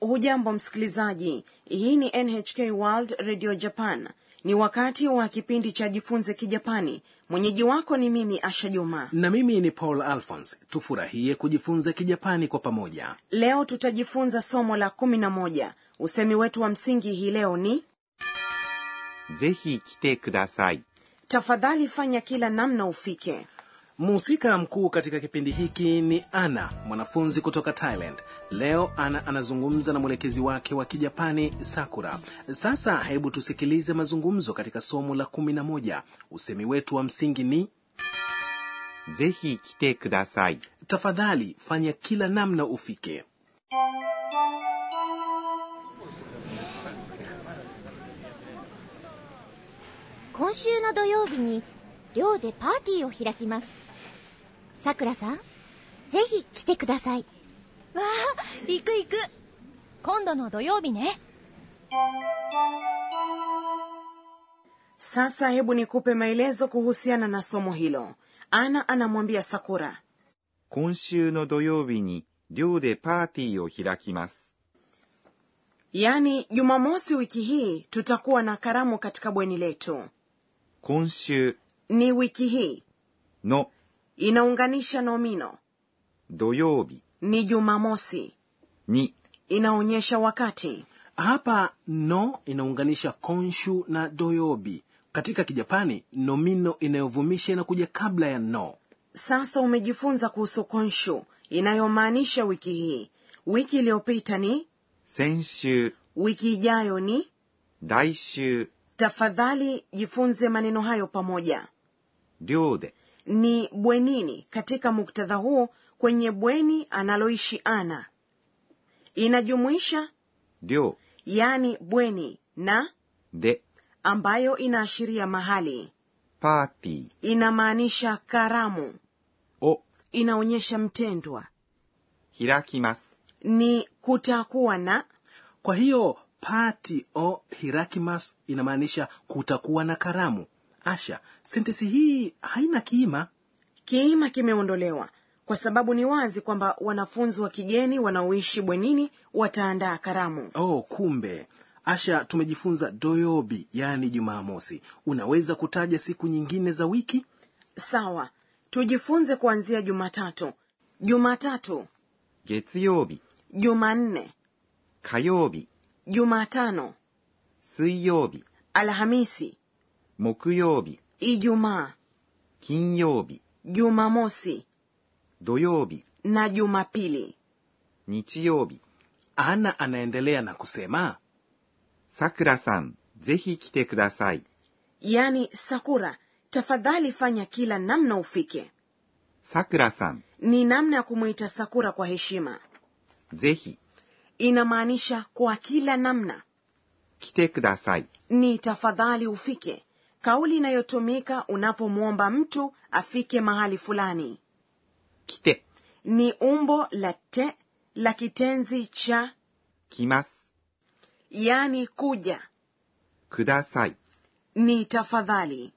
hujambo msikilizaji hii ni nhk world radio japan ni wakati wa kipindi cha jifunze kijapani mwenyeji wako ni mimi asha juma na mimi ni paul alphons tufurahie kujifunza kijapani kwa pamoja leo tutajifunza somo la kumi na moja usemi wetu wa msingi hii leo ni ぜひ来てください。 tafadhali fanya kila namna ufike mhusika mkuu katika kipindi hiki ni ana mwanafunzi kutoka thailand leo ana anazungumza na mwelekezi wake wa kijapani sakura sasa hebu tusikilize mazungumzo katika somo la 11 usemi wetu wa msingi ni ぜひ来てください。 tafadhali fanya kila namna ufike 今週の土曜日に寮でパーティーを開きますさくらさんぜひ来てくださいわあ行く行く今度の土曜日ね sasa hebu nikupe maelezo kuhusiana na somo hilo ana anamwambia sakura 今週の土曜日に寮でパーティーを開きます。 yaani jumamosi wiki hii tutakuwa na karamu katika bweni letu 今週 ni wiki hii の inaunganisha nomino 土曜日 ni jumamosi に inaonyesha wakati hapa no inaunganisha konshu na doyobi katika kijapani nomino inayovumisha inakuja kabla ya no sasa umejifunza kuhusu konshu inayomaanisha wiki hii wiki iliyopita ni 先週、 wiki ijayo ni 来週、 tafadhali jifunze maneno hayo pamoja 寮で ni bwenini katika muktadha huu kwenye bweni analoishi ana inajumuisha 寮 yani bweni na で ambayo inaashiria mahali パーティ inamaanisha karamu ーを inaonyesha mtendwa 開きます。 ni kutakuwa na kwa hiyo pati o hirakimas inamaanisha kutakuwa na karamu asha sentesi hii haina kiima kiima kimeondolewa kwa sababu ni wazi kwamba wanafunzi wa kigeni wanaoishi bwenini wataandaa karamu oh kumbe asha tumejifunza doyobi yaani jumamosi unaweza kutaja siku nyingine za wiki sawa tujifunze kuanzia jumatatu jumatatu 月曜日、 jumanne 火曜日、 jumatano 水曜日、 alhamisi 木曜日、 ijumaa 金曜日、 jumamosi 土曜日、 na jumapili 日曜日。 ana anaendelea na kusema さくらさん、ぜひ来てください。 yani Yaani, sakura tafadhali fanya kila namna ufike さくらさん、 ni namna ya kumwita sakura kwa heshima ぜひ inamaanisha kwa kila namna 来てください。 ni tafadhali ufike kauli inayotumika unapomwomba mtu afike mahali fulani 来て、 ni umbo la te la kitenzi cha 来ます。 yani kuja ください。 ni tafadhali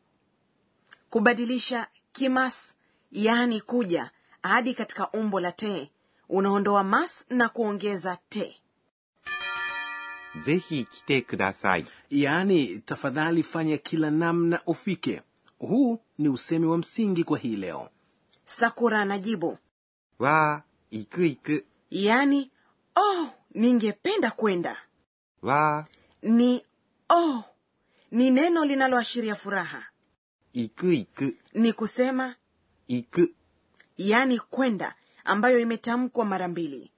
kubadilisha kimas yani kuja hadi katika umbo la te unaondoa mas na kuongeza te ぜひ来てください。 yaani tafadhali fanya kila namna ufike huu ni usemi wa msingi kwa hii leo sakura anajibu わー、行く行く。 yani oh ningependa kwenda わ ni oh ni neno linaloashiria furaha ー、行く行く。 ni kusema 行く。 yani kwenda ambayo imetamkwa mara mbili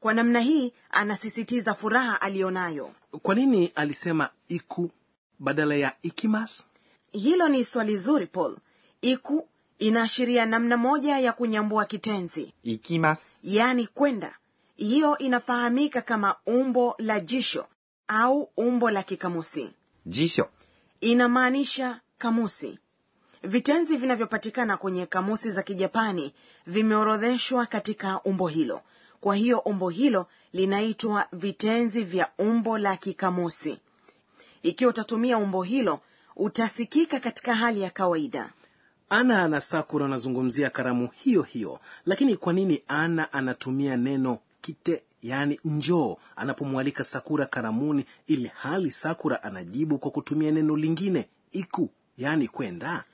kwa namna hii anasisitiza furaha aliyonayo kwa nini alisema iku badala ya ikimas hilo ni swali zuri paul iku inaashiria namna moja ya kunyambua kitenzi 行きます。 yani kwenda hiyo inafahamika kama umbo la jisho au umbo la kikamusi 辞書。 inamaanisha kamusi vitenzi vinavyopatikana kwenye kamusi za kijapani vimeorodheshwa katika umbo hilo kwa hiyo umbo hilo linaitwa vitenzi vya umbo la kikamusi ikiwa utatumia umbo hilo utasikika katika hali ya kawaida ana na sakura anazungumzia karamu hiyo hiyo lakini kwa nini ana anatumia neno kite yaani njoo anapomwalika sakura karamuni ili hali sakura anajibu kwa kutumia neno lingine iku yaani kwenda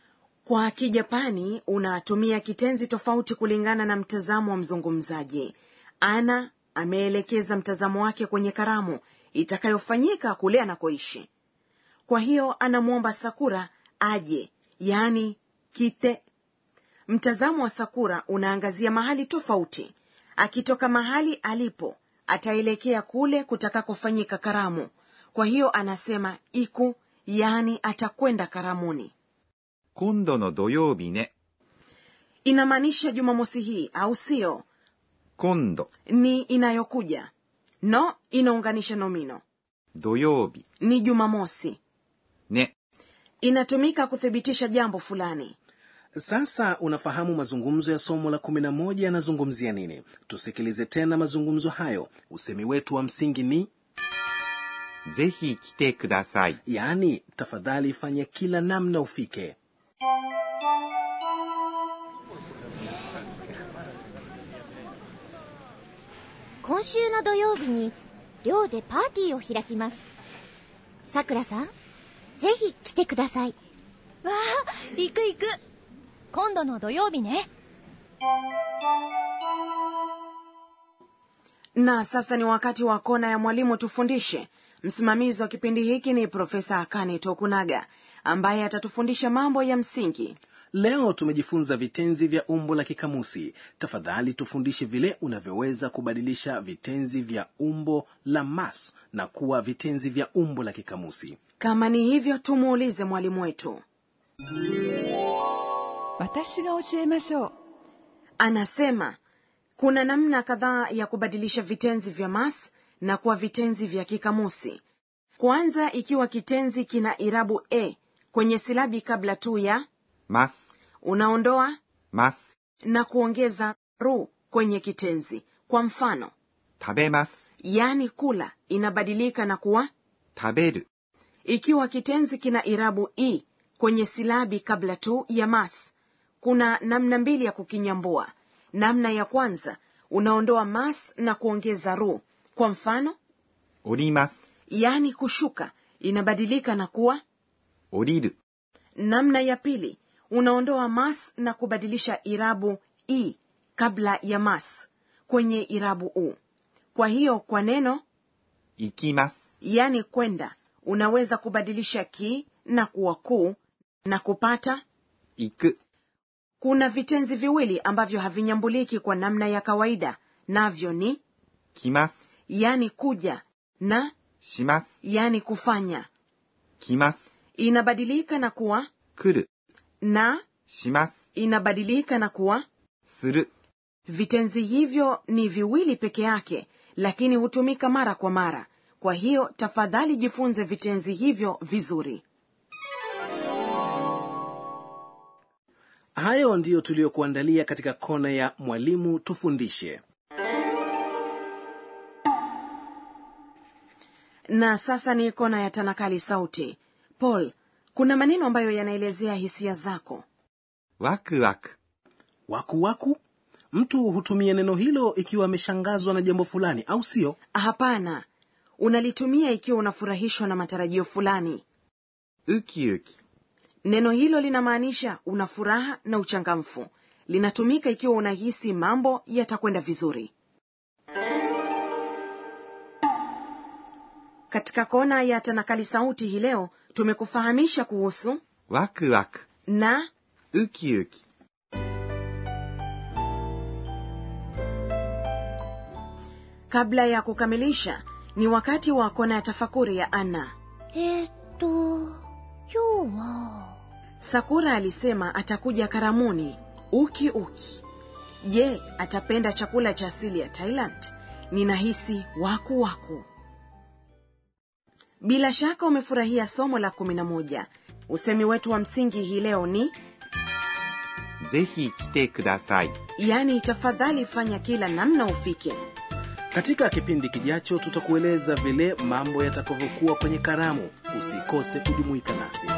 Kwa Kijapani unatumia kitenzi tofauti kulingana na mtazamo wa mzungumzaji. Ana ameelekeza mtazamo wake kwenye karamu itakayofanyika kule anakoishi. Kwa hiyo anamwomba Sakura aje, yaani kite. Mtazamo wa Sakura unaangazia mahali tofauti. Akitoka mahali alipo, ataelekea kule kutakakofanyika karamu. Kwa hiyo anasema iku, yaani atakwenda karamuni. 今度の土曜日ね。 inamaanisha jumamosi hii au sio 今度、 ni inayokuja no inaunganisha nomino 土曜日、 ni jumamosi ね。 inatumika kuthibitisha jambo fulani sasa unafahamu mazungumzo ya somo la 11 yanazungumzia nini tusikilize tena mazungumzo hayo usemi wetu wa msingi ni ぜひ来てください。 yaani tafadhali fanya kila namna ufike 今週の土曜日に寮でパーティーを開きますさくらさんぜひ来てくださいわあ行く行く今度の土曜日ね na sasa ni wakati wa kona ya mwalimu tufundishe msimamizi wa kipindi hiki ni profesa akane tokunaga ambaye atatufundisha mambo ya msingi leo tumejifunza vitenzi vya umbo la kikamusi tafadhali tufundishe vile unavyoweza kubadilisha vitenzi vya umbo la mas na kuwa vitenzi vya umbo la kikamusi kama ni hivyo tumuulize mwalimu wetu 私が教えましょう anasema kuna namna kadhaa ya kubadilisha vitenzi vya mas na kuwa vitenzi vya kikamusi kwanza ikiwa kitenzi kina irabu e kwenye silabi kabla tu ya ます、 unaondoa ます、 na kuongeza ru kwenye kitenzi kwa mfano 食べます、 yani kula inabadilika na kuwa 食べる、 ikiwa kitenzi kina irabu i kwenye silabi kabla tu ya mas kuna namna mbili ya kukinyambua namna ya kwanza unaondoa mas na kuongeza ru kwa mfano 降ります、 yaani kushuka inabadilika na kuwa 降りる、 namna ya pili unaondoa mas na kubadilisha irabu i kabla ya mas kwenye irabu u kwa hiyo kwa neno 行きます、 yaani kwenda unaweza kubadilisha ki na kuwa ku na kupata 行く、 kuna vitenzi viwili ambavyo havinyambuliki kwa namna ya kawaida navyo ni 来ます、 yani kuja na します、 yani kufanya 来ます、 inabadilika na kuwa 来る、 na します、 inabadilika na kuwa する、 vitenzi hivyo ni viwili peke yake lakini hutumika mara kwa mara kwa hiyo tafadhali jifunze vitenzi hivyo vizuri hayo ndiyo tuliyokuandalia katika kona ya mwalimu tufundishe na sasa ni kona ya tanakali sauti paul kuna maneno ambayo yanaelezea hisia zako ワクワク、 wakuwaku mtu hutumia neno hilo ikiwa ameshangazwa na jambo fulani au sio hapana unalitumia ikiwa unafurahishwa na matarajio fulani ウキウキ、 neno hilo linamaanisha una furaha na uchangamfu linatumika ikiwa unahisi mambo yatakwenda vizuri katika kona ya tanakali sauti hii leo tumekufahamisha kuhusu ワクワク、 na ウキウキ、 kabla ya kukamilisha ni wakati wa kona ya tafakuri ya anna えーっと今日は sakura alisema atakuja karamuni uki uki je atapenda chakula cha asili ya thailand ninahisi waku waku bila shaka umefurahia somo la 11 usemi wetu wa msingi hii leo ni ぜひ来てください。 yaani tafadhali fanya kila namna ufike katika kipindi kijacho tutakueleza vile mambo yatakavyokuwa kwenye karamu usikose kujumuika nasi